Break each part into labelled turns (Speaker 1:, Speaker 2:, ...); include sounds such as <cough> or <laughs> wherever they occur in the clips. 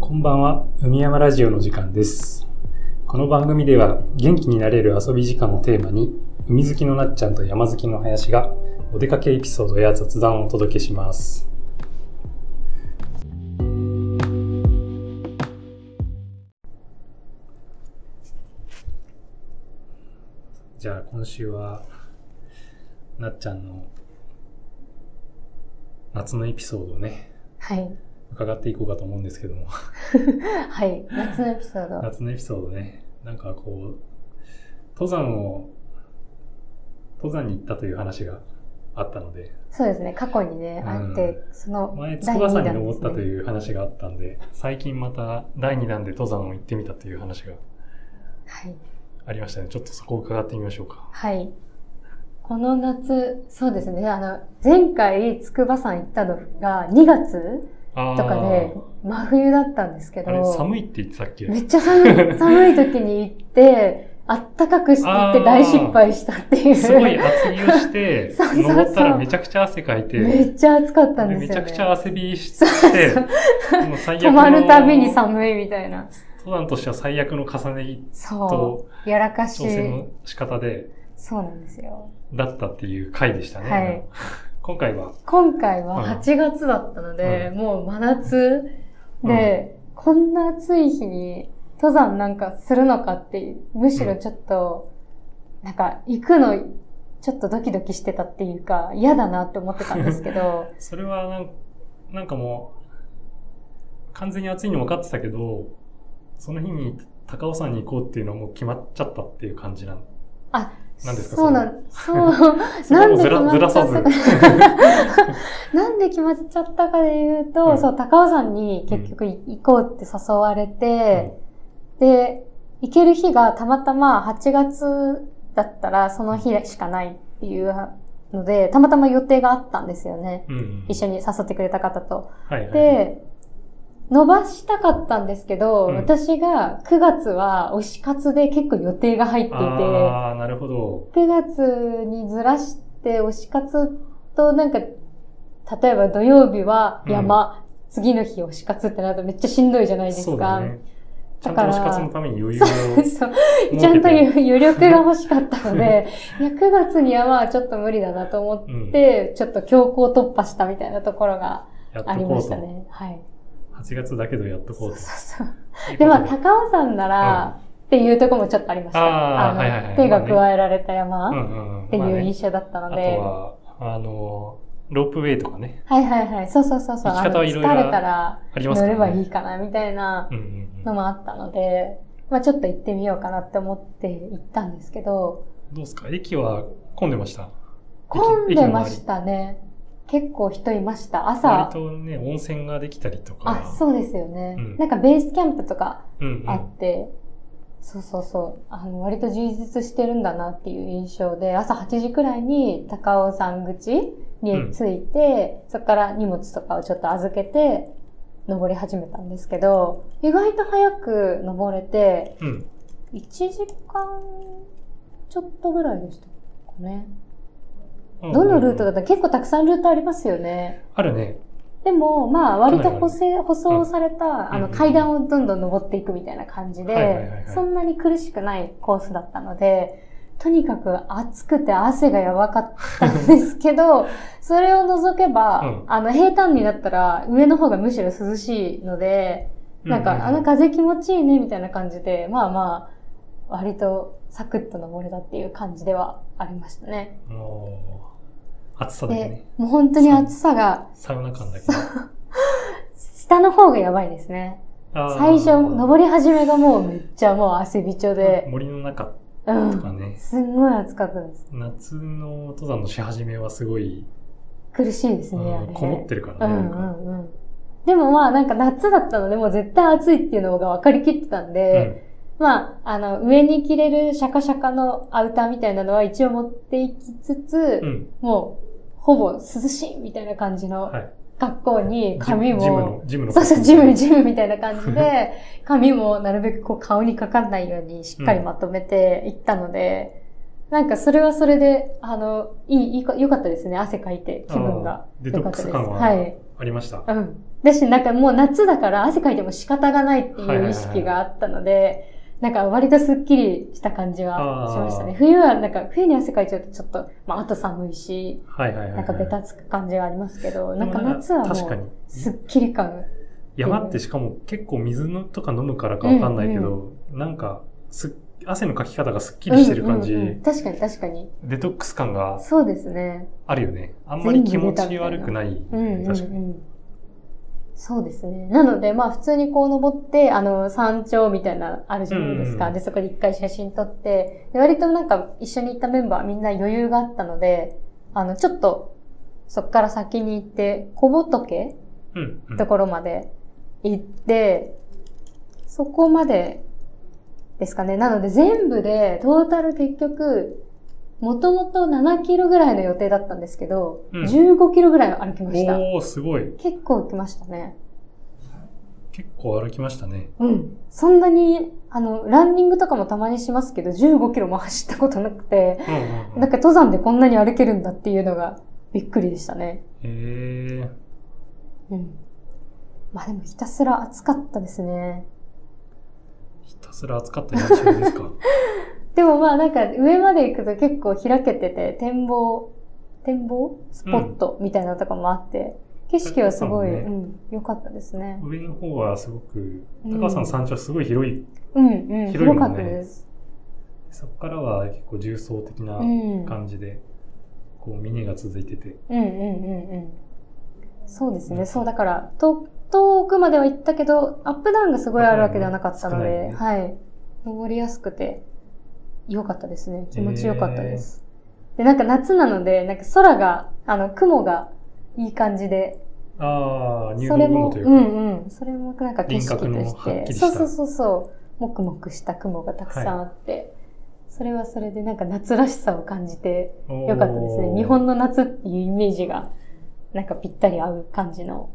Speaker 1: こんばんは、海山ラジオの時間です。この番組では、元気になれる遊び時間をテーマに、海好きのなっちゃんと山好きの林が、お出かけエピソードや雑談をお届けします。じゃあ、今週は、なっちゃんの夏のエピソードをね、
Speaker 2: はい。
Speaker 1: 伺っていこうかと思うんですけども。
Speaker 2: はい。夏のエピソード。
Speaker 1: 夏のエピソードね、なんかこう、登山を、登山に行ったという話があったので、
Speaker 2: そうですね。過去にね、あって、
Speaker 1: う
Speaker 2: その
Speaker 1: 前、
Speaker 2: 第
Speaker 1: 筑
Speaker 2: 2
Speaker 1: 波
Speaker 2: 弾
Speaker 1: 山に登ったと
Speaker 2: う。
Speaker 1: いう話があったんで、最近また第2弾で登山を行ってみたという話が
Speaker 2: はい。
Speaker 1: ありましたね。ちょっとそこを伺ってみましょうか。
Speaker 2: はい。この夏、そうですね。あの、前回、筑波山行ったのが2月
Speaker 1: あ
Speaker 2: と
Speaker 1: ー
Speaker 2: かで、真冬だったんですけ
Speaker 1: あれ、
Speaker 2: ど、
Speaker 1: 寒いって言ってたっけ
Speaker 2: めっちゃ寒
Speaker 1: <laughs>
Speaker 2: い、寒い時に行って、あったかくして行って大失敗したっていう。
Speaker 1: すごい厚着をして、
Speaker 2: <laughs> そうそうそう
Speaker 1: 登ったらめちゃくちゃ汗かいて、
Speaker 2: めっちゃ暑かったん
Speaker 1: で
Speaker 2: ですよ、ね。
Speaker 1: めちゃくちゃ汗びして、もう最悪
Speaker 2: 止
Speaker 1: の
Speaker 2: まるたびに寒いみたいな。
Speaker 1: 登山としては最悪の重ね着
Speaker 2: そ
Speaker 1: と
Speaker 2: う。やらかし。
Speaker 1: 挑戦の仕方で、
Speaker 2: そうなんですよ。
Speaker 1: だったっていう回でしたね。
Speaker 2: はい
Speaker 1: <laughs> 今回は、
Speaker 2: 今回
Speaker 1: うん
Speaker 2: は8月だったので、
Speaker 1: う
Speaker 2: もう真夏で、こんな暑い日に登山なんかするのかって、むしろちょっと、なんか行くのちょっとドキドキしてたっていうか、嫌だなって思ってたんですけ
Speaker 1: <laughs>、
Speaker 2: ど
Speaker 1: それはなんなんかもう、完全に暑いの分かってたけど、その日に高尾山に行こうっていうのはもう決まっちゃったっていう感じなんなんですか
Speaker 2: そうなん、そ
Speaker 1: <laughs>
Speaker 2: う、
Speaker 1: そこはもう
Speaker 2: なんで
Speaker 1: ずらずらさず。
Speaker 2: 決まっち <laughs> なんで決まっちゃったかで言うと、
Speaker 1: うん
Speaker 2: そう、高尾山に結局い行こうって誘われて、で、行ける日がたまたま8月だったらその日しかないっていうので、たまたま予定があったんですよね。
Speaker 1: うんうん
Speaker 2: 一緒に誘ってくれた方と。
Speaker 1: はいはいはい、
Speaker 2: で、伸ばしたかったんですけど、
Speaker 1: うん
Speaker 2: 私が9月は推し活で結構予定が入っていて、9
Speaker 1: ああ、なるほど。
Speaker 2: 月にずらして推し活となんか、例えば土曜日は山、次の日推し活ってなるとめっちゃしんどいじゃないですか。
Speaker 1: そうだね。ちゃんと
Speaker 2: だから
Speaker 1: 推し活のために余裕を設けて。
Speaker 2: <laughs> そうちゃんと余力が欲しかったので、いや、9月にはまあちょっと無理だなと思
Speaker 1: うん
Speaker 2: っ
Speaker 1: や
Speaker 2: て、ちょっと強行突破したみたいなところが
Speaker 1: っ
Speaker 2: あ
Speaker 1: と
Speaker 2: り
Speaker 1: こ
Speaker 2: ま
Speaker 1: う
Speaker 2: した
Speaker 1: と。
Speaker 2: ね。はい。
Speaker 1: 8月だけどやっとこ
Speaker 2: そうう
Speaker 1: と
Speaker 2: そうそう。
Speaker 1: いうことで。
Speaker 2: で、まあ、高尾山なら、っていうところもちょっとありました。
Speaker 1: あー
Speaker 2: の
Speaker 1: はいはいはい
Speaker 2: 手が
Speaker 1: まあね
Speaker 2: 加えられた
Speaker 1: う
Speaker 2: 山っ
Speaker 1: んうんうん
Speaker 2: て
Speaker 1: まあ
Speaker 2: いう
Speaker 1: ね
Speaker 2: 印象だったの
Speaker 1: あ
Speaker 2: で。
Speaker 1: とは、あの、ロープウェイとかね、
Speaker 2: はいはいはい。そうそうそうそう。
Speaker 1: 行き方はいろいろ
Speaker 2: あの疲れたら
Speaker 1: あります
Speaker 2: 乗
Speaker 1: から
Speaker 2: れ
Speaker 1: ね。
Speaker 2: ばいいかな、みたいな
Speaker 1: うんうんう
Speaker 2: の
Speaker 1: ん。
Speaker 2: もあったので、まあちょっと行ってみようかなって思って行ったんですけど、
Speaker 1: どうですか駅は混んでました
Speaker 2: 混んでま
Speaker 1: た。
Speaker 2: したね。結構人いました。
Speaker 1: 割
Speaker 2: 朝。
Speaker 1: とね、温泉ができたりとか。
Speaker 2: あ、そうですよね、
Speaker 1: うん
Speaker 2: なんかベースキャンプとか
Speaker 1: うんうん。
Speaker 2: あって、そうそうそう。あの、割と充実してるんだなっていう印象で、朝8時くらいに高尾山口に着いて、そこから荷物とかをちょっと預けて、登り始めたんですけど、意外と早く登れて、
Speaker 1: うん。
Speaker 2: 1時間ちょっとぐらいでしたかね。どのルートだ
Speaker 1: っ
Speaker 2: ったら結構たくさんルートありますよね。
Speaker 1: あるね。
Speaker 2: でも、まあ、割と補
Speaker 1: か
Speaker 2: 正、舗装された、あ
Speaker 1: う
Speaker 2: の、
Speaker 1: ん
Speaker 2: 階段をどんどん登っていくみたいな感じ
Speaker 1: はいはいはいはい
Speaker 2: で、そんなに苦しくないコースだったので、とにかく暑くて汗がやばかったんですけ
Speaker 1: <laughs>
Speaker 2: ど、それを除けば、
Speaker 1: う
Speaker 2: あの、平坦になったら、上の方がむしろ涼しいので、なん
Speaker 1: うう
Speaker 2: か、あの風気持ちいいね、みたいな感じで、まあまあ、割とサクッと登れたっていう感じではありましたね。
Speaker 1: もう、暑さだよ
Speaker 2: で
Speaker 1: ね。、
Speaker 2: もう本当に暑さが、
Speaker 1: サウナ感だけど。
Speaker 2: 下の方がやばいですね。最初、登り始めがもうめっちゃもう汗びちょで、
Speaker 1: 森の中
Speaker 2: う
Speaker 1: とか
Speaker 2: ん。
Speaker 1: ね。
Speaker 2: すんごい暑かったです。
Speaker 1: 夏の登山のし始めはすごい、
Speaker 2: 苦しいです
Speaker 1: う
Speaker 2: ね、あ
Speaker 1: ん
Speaker 2: れ。
Speaker 1: こもってるか
Speaker 2: う
Speaker 1: らね。なんんか
Speaker 2: うんうん。でもまあなんか夏だったので、もう絶対暑いっていうのが分かりきってたんで、まあ、あの、上に着れるシャカシャカのアウターみたいなのは一応持っていきつつ、
Speaker 1: うん。うん
Speaker 2: もう、ほぼ涼しいみたいな感じの
Speaker 1: はい
Speaker 2: 格好に、髪も、
Speaker 1: ジムの、ジムの。
Speaker 2: そ
Speaker 1: <laughs>
Speaker 2: うそう、ジム、ジムみたいな感じで、髪もなるべくこう顔にかかんないようにしっかりまとめていったので、なんかそれはそれで、あの、いい、いいか良かったですね。汗かいて、気分が。
Speaker 1: デト
Speaker 2: 良か
Speaker 1: ッ
Speaker 2: っ
Speaker 1: ク
Speaker 2: たで
Speaker 1: ス
Speaker 2: す。
Speaker 1: 感は
Speaker 2: はい。
Speaker 1: ありました。
Speaker 2: うん。だし、なんかもう夏だから汗かいても仕方がないっていう意識があったので、なんか割とスッキリした感じはしました
Speaker 1: あ
Speaker 2: ね
Speaker 1: ー。
Speaker 2: 冬はなんか、冬に汗かいちゃうとちょっと、まあ、あと寒いし、
Speaker 1: はいはいはいはい。
Speaker 2: なんかベタつく感じはありますけど、
Speaker 1: で
Speaker 2: な
Speaker 1: も
Speaker 2: んか夏は
Speaker 1: 確
Speaker 2: も
Speaker 1: か
Speaker 2: う、
Speaker 1: に。
Speaker 2: スッキリ感。
Speaker 1: 山ってしかも結構水のとか飲むからかわかんないけど、なんかすっ汗のかき方がすっきりしてる感じ、
Speaker 2: うんうんうん確かに確かに。
Speaker 1: デトックス感が
Speaker 2: そうですね。
Speaker 1: あるよね。あんまり気持ち悪くない。
Speaker 2: うんうんう
Speaker 1: 確かに。
Speaker 2: ん。そうですね。なので、まあ普通にこう登って、あの、山頂みたいな、あるじゃないです
Speaker 1: う
Speaker 2: か。
Speaker 1: んうん
Speaker 2: で、そこで一回写真撮って、で割となんか一緒に行ったメンバーみんな余裕があったので、あの、ちょっと、そっから先に行って、小仏
Speaker 1: うん、うん。
Speaker 2: ところまで行って、そこまでですかね。なので全部で、トータル結局、もともと7キロぐらいの予定だったんですけど、
Speaker 1: うん
Speaker 2: 15キロぐらい歩きました。
Speaker 1: おー、すごい。
Speaker 2: 結構行きましたね。
Speaker 1: 結構歩きましたね。
Speaker 2: うん。そんなに、あの、ランニングとかもたまにしますけど、15キロも走ったことなくて、
Speaker 1: うんうんうん、
Speaker 2: なんか登山でこんなに歩けるんだっていうのがびっくりでしたね。
Speaker 1: へー
Speaker 2: うん。まあでもひたすら暑かったですね。
Speaker 1: ひたすら暑かった印象です
Speaker 2: <laughs>
Speaker 1: か。
Speaker 2: でもまあなんか上まで行くと結構開けてて展望、展望スポットみたいなとこもあって、景色はすごい
Speaker 1: そうです
Speaker 2: う
Speaker 1: ね
Speaker 2: ん良、かったですね。
Speaker 1: 上の方はすごく、
Speaker 2: うん
Speaker 1: 高尾山の山頂はすごい広い。
Speaker 2: うんうん、
Speaker 1: 広いもんね
Speaker 2: 広かったです。
Speaker 1: そこからは結構重層的な
Speaker 2: うん。うん
Speaker 1: 感じで、こう峰が続いてて。
Speaker 2: うんうんうん。そうですね。そうだから、と遠くまでは行ったけど、アップダウンがすごいあるわけではなかったので、
Speaker 1: 少
Speaker 2: はい。登りやすくて、良かったですね。気持ち良かったです。で、なんか夏なので、なんか空が、あの、雲がいい感じで、
Speaker 1: ああ、入
Speaker 2: そ
Speaker 1: 道
Speaker 2: れ
Speaker 1: 雲
Speaker 2: も、
Speaker 1: というか。
Speaker 2: んうん。それもなんか景色と
Speaker 1: 輪郭の
Speaker 2: し
Speaker 1: はっき
Speaker 2: て、
Speaker 1: りした
Speaker 2: そうそうそうそう、もくもくした雲がたくさんあって、それはそれでなんか夏らしさを感じて
Speaker 1: おー
Speaker 2: よかったですね。日本の夏っていうイメージが、なんかぴったり合う感じの。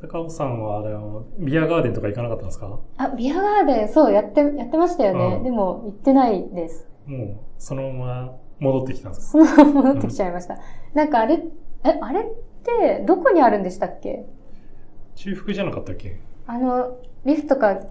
Speaker 1: 高尾山は、あの、ビアガーデンとか行かなかったんですか
Speaker 2: あ、ビアガーデン、そう、やって、やってましたよね。
Speaker 1: うん
Speaker 2: でも、行ってないです。
Speaker 1: もう、そのまま戻ってきたんですか
Speaker 2: そのまま戻ってきちゃいました。なんかあれ、え、あれって、どこにあるんでしたっけ
Speaker 1: 中腹じゃなかったっけ
Speaker 2: あの、リフトかケ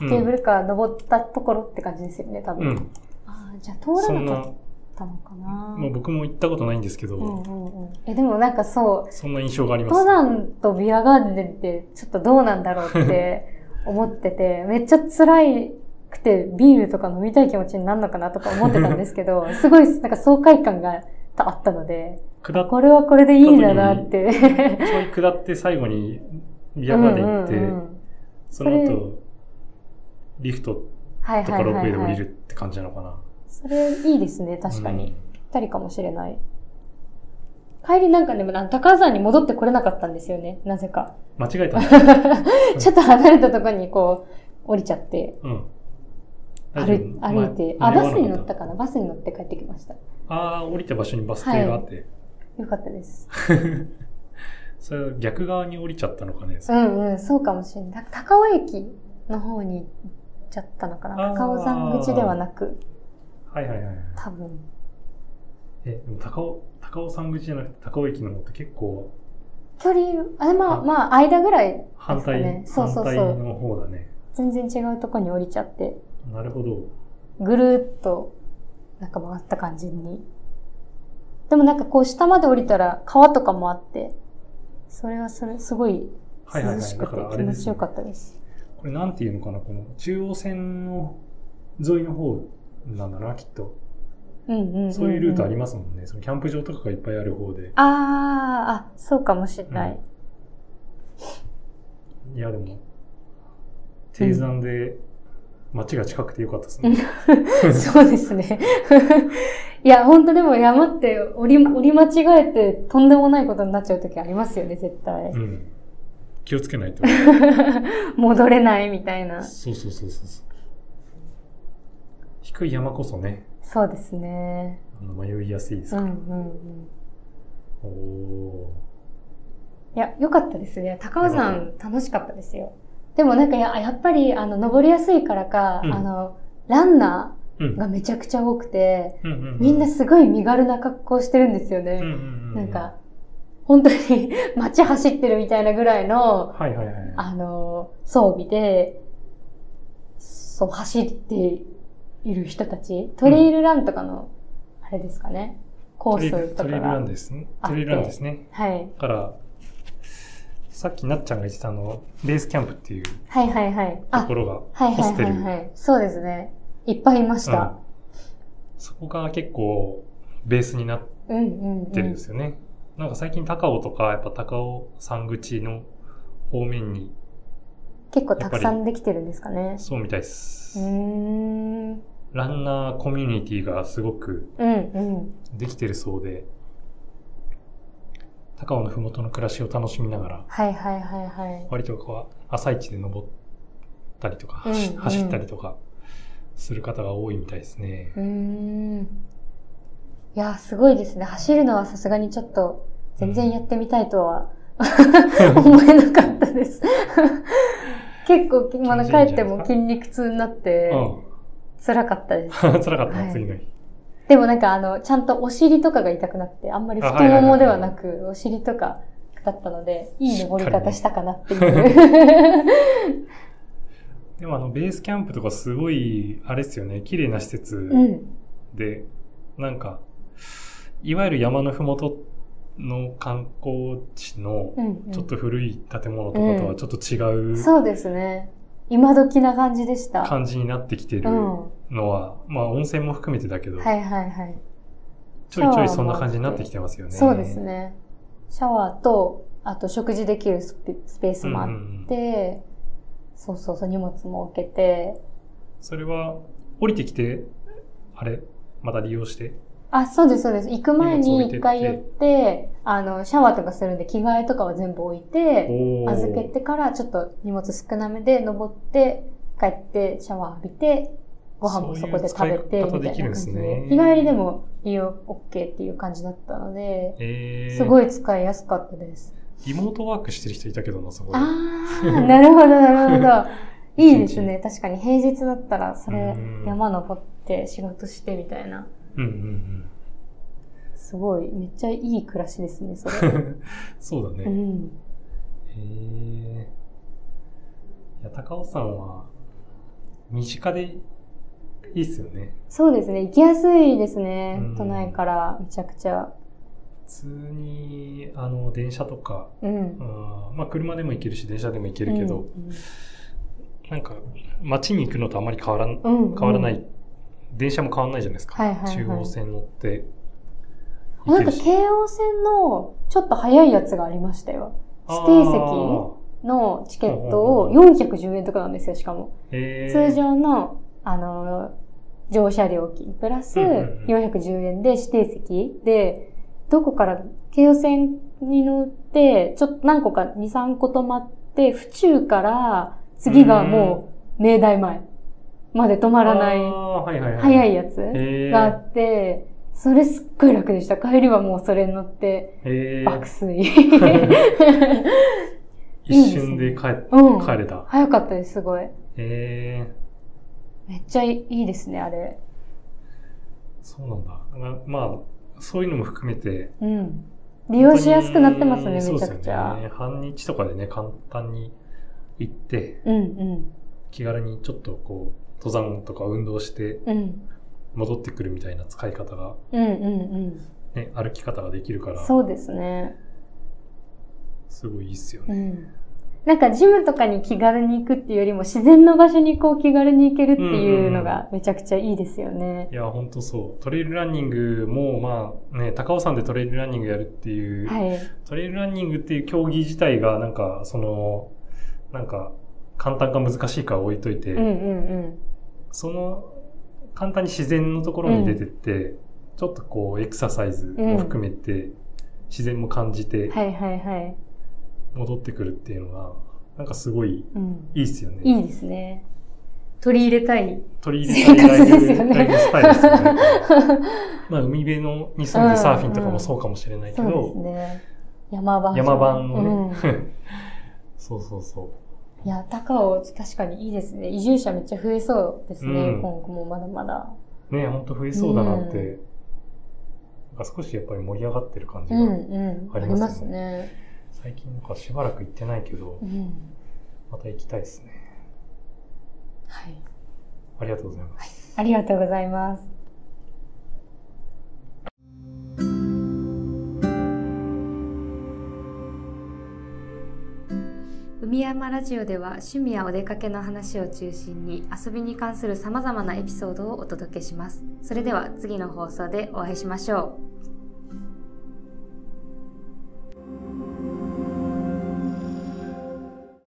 Speaker 1: ケ
Speaker 2: ーブルカー登ったところって感じですよね、多
Speaker 1: う
Speaker 2: 分。
Speaker 1: ん。
Speaker 2: あーじゃあ
Speaker 1: そ
Speaker 2: 通ら
Speaker 1: ん
Speaker 2: な
Speaker 1: な、
Speaker 2: かっ
Speaker 1: ま
Speaker 2: たのかな。
Speaker 1: あ、僕も行ったことないんですけど、
Speaker 2: うんうんうん、えでもなんかそう、
Speaker 1: そんな印象があります。
Speaker 2: 登山とビアガーデンってちょっとどうなんだろうって
Speaker 1: <laughs>
Speaker 2: 思ってて、めっちゃ辛くてビールとか飲みたい気持ちになるのかなとか思ってたんです
Speaker 1: <laughs>
Speaker 2: けど、すごいなんか爽快感があったので、
Speaker 1: 下っ
Speaker 2: これはこれでいいんだなって。
Speaker 1: ちょい下って最後にビアガーデン行って、
Speaker 2: うんうんうん
Speaker 1: その
Speaker 2: そ
Speaker 1: 後、リフト
Speaker 2: はい
Speaker 1: と
Speaker 2: は
Speaker 1: か
Speaker 2: い
Speaker 1: ロープウ
Speaker 2: は
Speaker 1: ェイで降
Speaker 2: い、は
Speaker 1: りる
Speaker 2: い。
Speaker 1: って感じなのかな。
Speaker 2: それいいですね、確かに。
Speaker 1: うん。
Speaker 2: ぴったりかもしれない。帰りなんかでもな高尾山に戻ってこれなかったんですよね、なぜか。
Speaker 1: 間違えたんだ。うん
Speaker 2: ちょっと離れたところにこう、降りちゃって、
Speaker 1: うん。
Speaker 2: <laughs> 歩い歩いて、
Speaker 1: ま
Speaker 2: あ、
Speaker 1: 間に合わなか
Speaker 2: バスに乗ったかなバスに乗って帰ってきました。
Speaker 1: ああ、降りた場所にバス停があって。
Speaker 2: よかったです。
Speaker 1: それ逆側に降りちゃったのかね。
Speaker 2: うんうん、そうかもしれない。た高尾駅の方に行っちゃったのか
Speaker 1: あ
Speaker 2: な
Speaker 1: ー
Speaker 2: 高尾山口ではなく、
Speaker 1: はいはいはい。
Speaker 2: 多分。
Speaker 1: え、でも高尾、高尾山口じゃなくて高尾駅の方って結構
Speaker 2: 距離、あまあ
Speaker 1: あ
Speaker 2: まあ、間ぐらいですか
Speaker 1: 反対、
Speaker 2: ね。そう
Speaker 1: 反
Speaker 2: そう
Speaker 1: 対
Speaker 2: そう。
Speaker 1: の方だね。
Speaker 2: 全然違うところに降りちゃって、
Speaker 1: なるほど。
Speaker 2: ぐるーっと、なんか回った感じに。でもなんかこう下まで降りたら川とかもあって、それはそれ、すごい
Speaker 1: はいはい
Speaker 2: 涼
Speaker 1: は
Speaker 2: し
Speaker 1: い。
Speaker 2: く
Speaker 1: だ
Speaker 2: て
Speaker 1: からあ
Speaker 2: 気
Speaker 1: れで
Speaker 2: 持ち
Speaker 1: す、
Speaker 2: よ
Speaker 1: ね
Speaker 2: か。ったです。
Speaker 1: これなんていうのかな、この中央線の沿いの方なんだな、きっと。
Speaker 2: うんうんんん
Speaker 1: そういうルートありますもんね。そのキャンプ場とかがいっぱいある方で。
Speaker 2: あーあ、そうかもしれない。
Speaker 1: いや、でも、低山で街が近くてよかったですね。
Speaker 2: そうですね。 <laughs> いや、本当でも山って折り、折り間違えてとんでもないことになっちゃう時ありますよね、絶対
Speaker 1: う。ん。気をつけないと。
Speaker 2: <laughs> 戻れないみたいな。
Speaker 1: そうそうそうそうそう。低い山こそね、
Speaker 2: そうですね。
Speaker 1: あの迷いやすいです
Speaker 2: う
Speaker 1: か
Speaker 2: んう
Speaker 1: ら。
Speaker 2: んうん。
Speaker 1: おお
Speaker 2: いや、良かったですね。高尾山楽しかったですよ。でもなんかややっぱり、あの、登りやすいからか、
Speaker 1: うん
Speaker 2: あの、ランナ
Speaker 1: ー。うん
Speaker 2: がめちゃくちゃ多くて、
Speaker 1: うんうんうん
Speaker 2: みんなすごい身軽な格好してるんですよ
Speaker 1: うんう
Speaker 2: ね。
Speaker 1: んう
Speaker 2: なんか、本当に <laughs> 街走ってるみたいなぐらいの、
Speaker 1: はいはいはい
Speaker 2: あの、装備で、そう、走っている人たち。トレイルランとかの、あれですかね。コ
Speaker 1: トレイ
Speaker 2: ー
Speaker 1: ル
Speaker 2: ス
Speaker 1: ト
Speaker 2: と
Speaker 1: レイ
Speaker 2: か
Speaker 1: ルラン
Speaker 2: が。
Speaker 1: ですね
Speaker 2: あっ
Speaker 1: ト
Speaker 2: て
Speaker 1: レイルランですね
Speaker 2: はい。
Speaker 1: だからさっきなっちゃんが言ってたあのベースキャンプっていう
Speaker 2: はいはいはい。
Speaker 1: と
Speaker 2: あ
Speaker 1: こ、ろが
Speaker 2: はい
Speaker 1: ホ
Speaker 2: は
Speaker 1: ス
Speaker 2: い
Speaker 1: テ
Speaker 2: は
Speaker 1: ル
Speaker 2: いはい。そうですね。いっぱいいました。
Speaker 1: そこが結構ベースになっ
Speaker 2: うんうんうん。
Speaker 1: てるんですよね、なんか最近高尾とかやっぱ高尾山口の方面に
Speaker 2: 結構たくさんできてるんですかね。
Speaker 1: そうみたいで
Speaker 2: う
Speaker 1: す、
Speaker 2: ーん。うん
Speaker 1: ランナーコミュニティがすごく
Speaker 2: うん。
Speaker 1: できてるそうで高尾の麓の暮らしを楽しみながら
Speaker 2: はいはいはいはい。
Speaker 1: 割とこう朝一で登ったりとか、
Speaker 2: うんうん
Speaker 1: 走ったりとかする方が多いみたいですね
Speaker 2: う。ーん。いや、すごいですね。走るのはさすがにちょっと、全然やってみたいとは、 <laughs> 思えなかっ
Speaker 1: <laughs>
Speaker 2: たです。結構、まだ帰っても筋肉痛になって
Speaker 1: う、
Speaker 2: 辛かったです。
Speaker 1: ん、 <laughs> 辛かった、
Speaker 2: はい
Speaker 1: 次の日。
Speaker 2: でもなんかあの、ちゃんとお尻とかが痛くなって、あんまり
Speaker 1: あは
Speaker 2: 太
Speaker 1: いはいは
Speaker 2: も
Speaker 1: い
Speaker 2: もではなく、お尻とかだったので、いい登り方したかなっていう。
Speaker 1: でもあのベースキャンプとかすごいあれですよね綺麗な施設
Speaker 2: <laughs> うん。
Speaker 1: で、なんかいわゆる山のふもとの観光地の
Speaker 2: うん、うん。
Speaker 1: ちょっと古い建物とかとはちょっと違う
Speaker 2: そうですね。今時な感じでした。
Speaker 1: 感じになってきてる
Speaker 2: うん。は
Speaker 1: のは、まあ温泉も含めてだけど、
Speaker 2: いはいはい。
Speaker 1: ちょいちょいそんな感じになってきてますよね。
Speaker 2: そうですね。シャワーと、あと食事できるスペスペース
Speaker 1: うんう
Speaker 2: も
Speaker 1: んう
Speaker 2: あっ
Speaker 1: ん。
Speaker 2: て、そうそうそう、荷物も置けて、
Speaker 1: それは降りてきてあれまた利用して
Speaker 2: あ、そうです、そうです。行く
Speaker 1: 荷
Speaker 2: 前
Speaker 1: 物置いてっ
Speaker 2: に
Speaker 1: て
Speaker 2: 一回寄って、あの、シャワーとかするんで着替えとかは全部置いて、
Speaker 1: おー
Speaker 2: 預けてからちょっと荷物少なめで登って、帰ってシャワー浴びて、ご飯もそこで食
Speaker 1: そ
Speaker 2: べて、
Speaker 1: ういう使い方
Speaker 2: みたいな感じ
Speaker 1: できるんですね
Speaker 2: で。日帰りでも利用 OK っていう感じだったので、
Speaker 1: えー、
Speaker 2: すごい使いやすかったです。
Speaker 1: リモートワークしてる人いたけどなそこで
Speaker 2: ああ、
Speaker 1: <laughs>
Speaker 2: なるほど、なるほど。いいですね。確かに平日だったら、それ
Speaker 1: うん、
Speaker 2: 山登って仕事してみたいな。
Speaker 1: うんうん
Speaker 2: すごい、めっちゃいい暮らしですね、それ。
Speaker 1: うん、そうだ
Speaker 2: う
Speaker 1: ね、
Speaker 2: ん。
Speaker 1: へえいや高尾山は身近でいいっすよね
Speaker 2: そうですね。行きやすいですね
Speaker 1: うん。
Speaker 2: 都内から、めちゃくちゃ。
Speaker 1: 普通にあの電車とか、
Speaker 2: うん
Speaker 1: う。んまあ、車でも行けるし電車でも行けるけど、
Speaker 2: うん、
Speaker 1: なんか街に行くのとあんまり変わらん
Speaker 2: うんうん。
Speaker 1: 変わらない、電車も変わらないじゃないですか、
Speaker 2: はいはいはい
Speaker 1: 中央線乗って行
Speaker 2: なん
Speaker 1: け
Speaker 2: か、
Speaker 1: るし
Speaker 2: 京王線の、ちょっと早いやつがありましたよ。指定席のチケットを410円とかなんですよ、しかも。
Speaker 1: あーへー
Speaker 2: 通常の、あの、乗車料金プラス
Speaker 1: うんうんう
Speaker 2: 410円で指定席で、どこから京王線に乗って、ちょっと何個か2、3個止まって、府中から次がもう明大前まで止まらな
Speaker 1: あ
Speaker 2: い
Speaker 1: ーはいはいはい、
Speaker 2: 早いやつ
Speaker 1: へー
Speaker 2: があって、それすっごい楽でした。帰りはもうそれに乗って
Speaker 1: へー
Speaker 2: 爆
Speaker 1: <laughs>
Speaker 2: 睡。
Speaker 1: 一瞬で帰っ
Speaker 2: うん。
Speaker 1: 帰れた。
Speaker 2: 早かったです、すごい。
Speaker 1: へえ
Speaker 2: めっちゃいいですね、あれ。
Speaker 1: そうなんだ。ままあ、そういうのも含めて。
Speaker 2: うん。利用しやすくなってますね、め
Speaker 1: 本当に
Speaker 2: ちゃくち
Speaker 1: そう
Speaker 2: ゃ。
Speaker 1: ですよね。半日とかでね、簡単に行って、
Speaker 2: うんうん。
Speaker 1: 気軽にちょっとこう、登山とか運動して
Speaker 2: うん。
Speaker 1: 戻ってくるみたいな使い方が、
Speaker 2: うんうん
Speaker 1: ね、歩き方ができるか
Speaker 2: う
Speaker 1: ら
Speaker 2: ん。、そうですね。
Speaker 1: すごいいいっすよ
Speaker 2: う
Speaker 1: ね。
Speaker 2: ん。なんかジムとかに気軽に行くっていうよりも自然の場所にこう気軽に行けるっていうのがめちゃくちゃいいですよね。
Speaker 1: いや、ほんとそう。トレイルランニングも、まあね、高尾山でトレイルランニングやるっていう、
Speaker 2: はい。
Speaker 1: トレイルランニングっていう競技自体が、なんか、その、なんか、簡単か難しいかは置いといて、
Speaker 2: うんうん
Speaker 1: その、簡単に自然のところに出てって、ちょっとこう、エクササイズも含めて、自然も感じ
Speaker 2: うん。
Speaker 1: て
Speaker 2: はいはいはい。
Speaker 1: 戻ってくるっていうのが、なんかすごい
Speaker 2: うん。
Speaker 1: いいっすよね。
Speaker 2: いいですね。取り入れたい。
Speaker 1: 取り入れたいライ
Speaker 2: 生活
Speaker 1: フ
Speaker 2: ですよね
Speaker 1: ライフスタイルですよね。
Speaker 2: <laughs>
Speaker 1: まあ、海辺のに住んでサーフィンとかもそうかもしれないけ
Speaker 2: そ
Speaker 1: ど、
Speaker 2: うですね。山版。
Speaker 1: 山版のね、
Speaker 2: うん
Speaker 1: <laughs> そうそうそ
Speaker 2: いや、高尾、確かにいいですね。移住者めっちゃ増えそうですね。
Speaker 1: うん
Speaker 2: 今後もまだまだ。
Speaker 1: う。ね、本当増えそうだなって、なんか少しやっぱり盛り上がってる感じ
Speaker 2: う
Speaker 1: が、
Speaker 2: んうん。
Speaker 1: あ
Speaker 2: あ
Speaker 1: り
Speaker 2: り
Speaker 1: ま
Speaker 2: ますす
Speaker 1: よ
Speaker 2: ね。
Speaker 1: 最近なんかしばらく行ってないけど
Speaker 2: う、ん。
Speaker 1: また行きたいですね。
Speaker 2: はい。
Speaker 1: ありがとうございます。
Speaker 2: ありがとうございます。海山ラジオでは趣味やお出かけの話を中心に遊びに関するさまざまなエピソードをお届けします。それでは次の放送でお会いしましょう。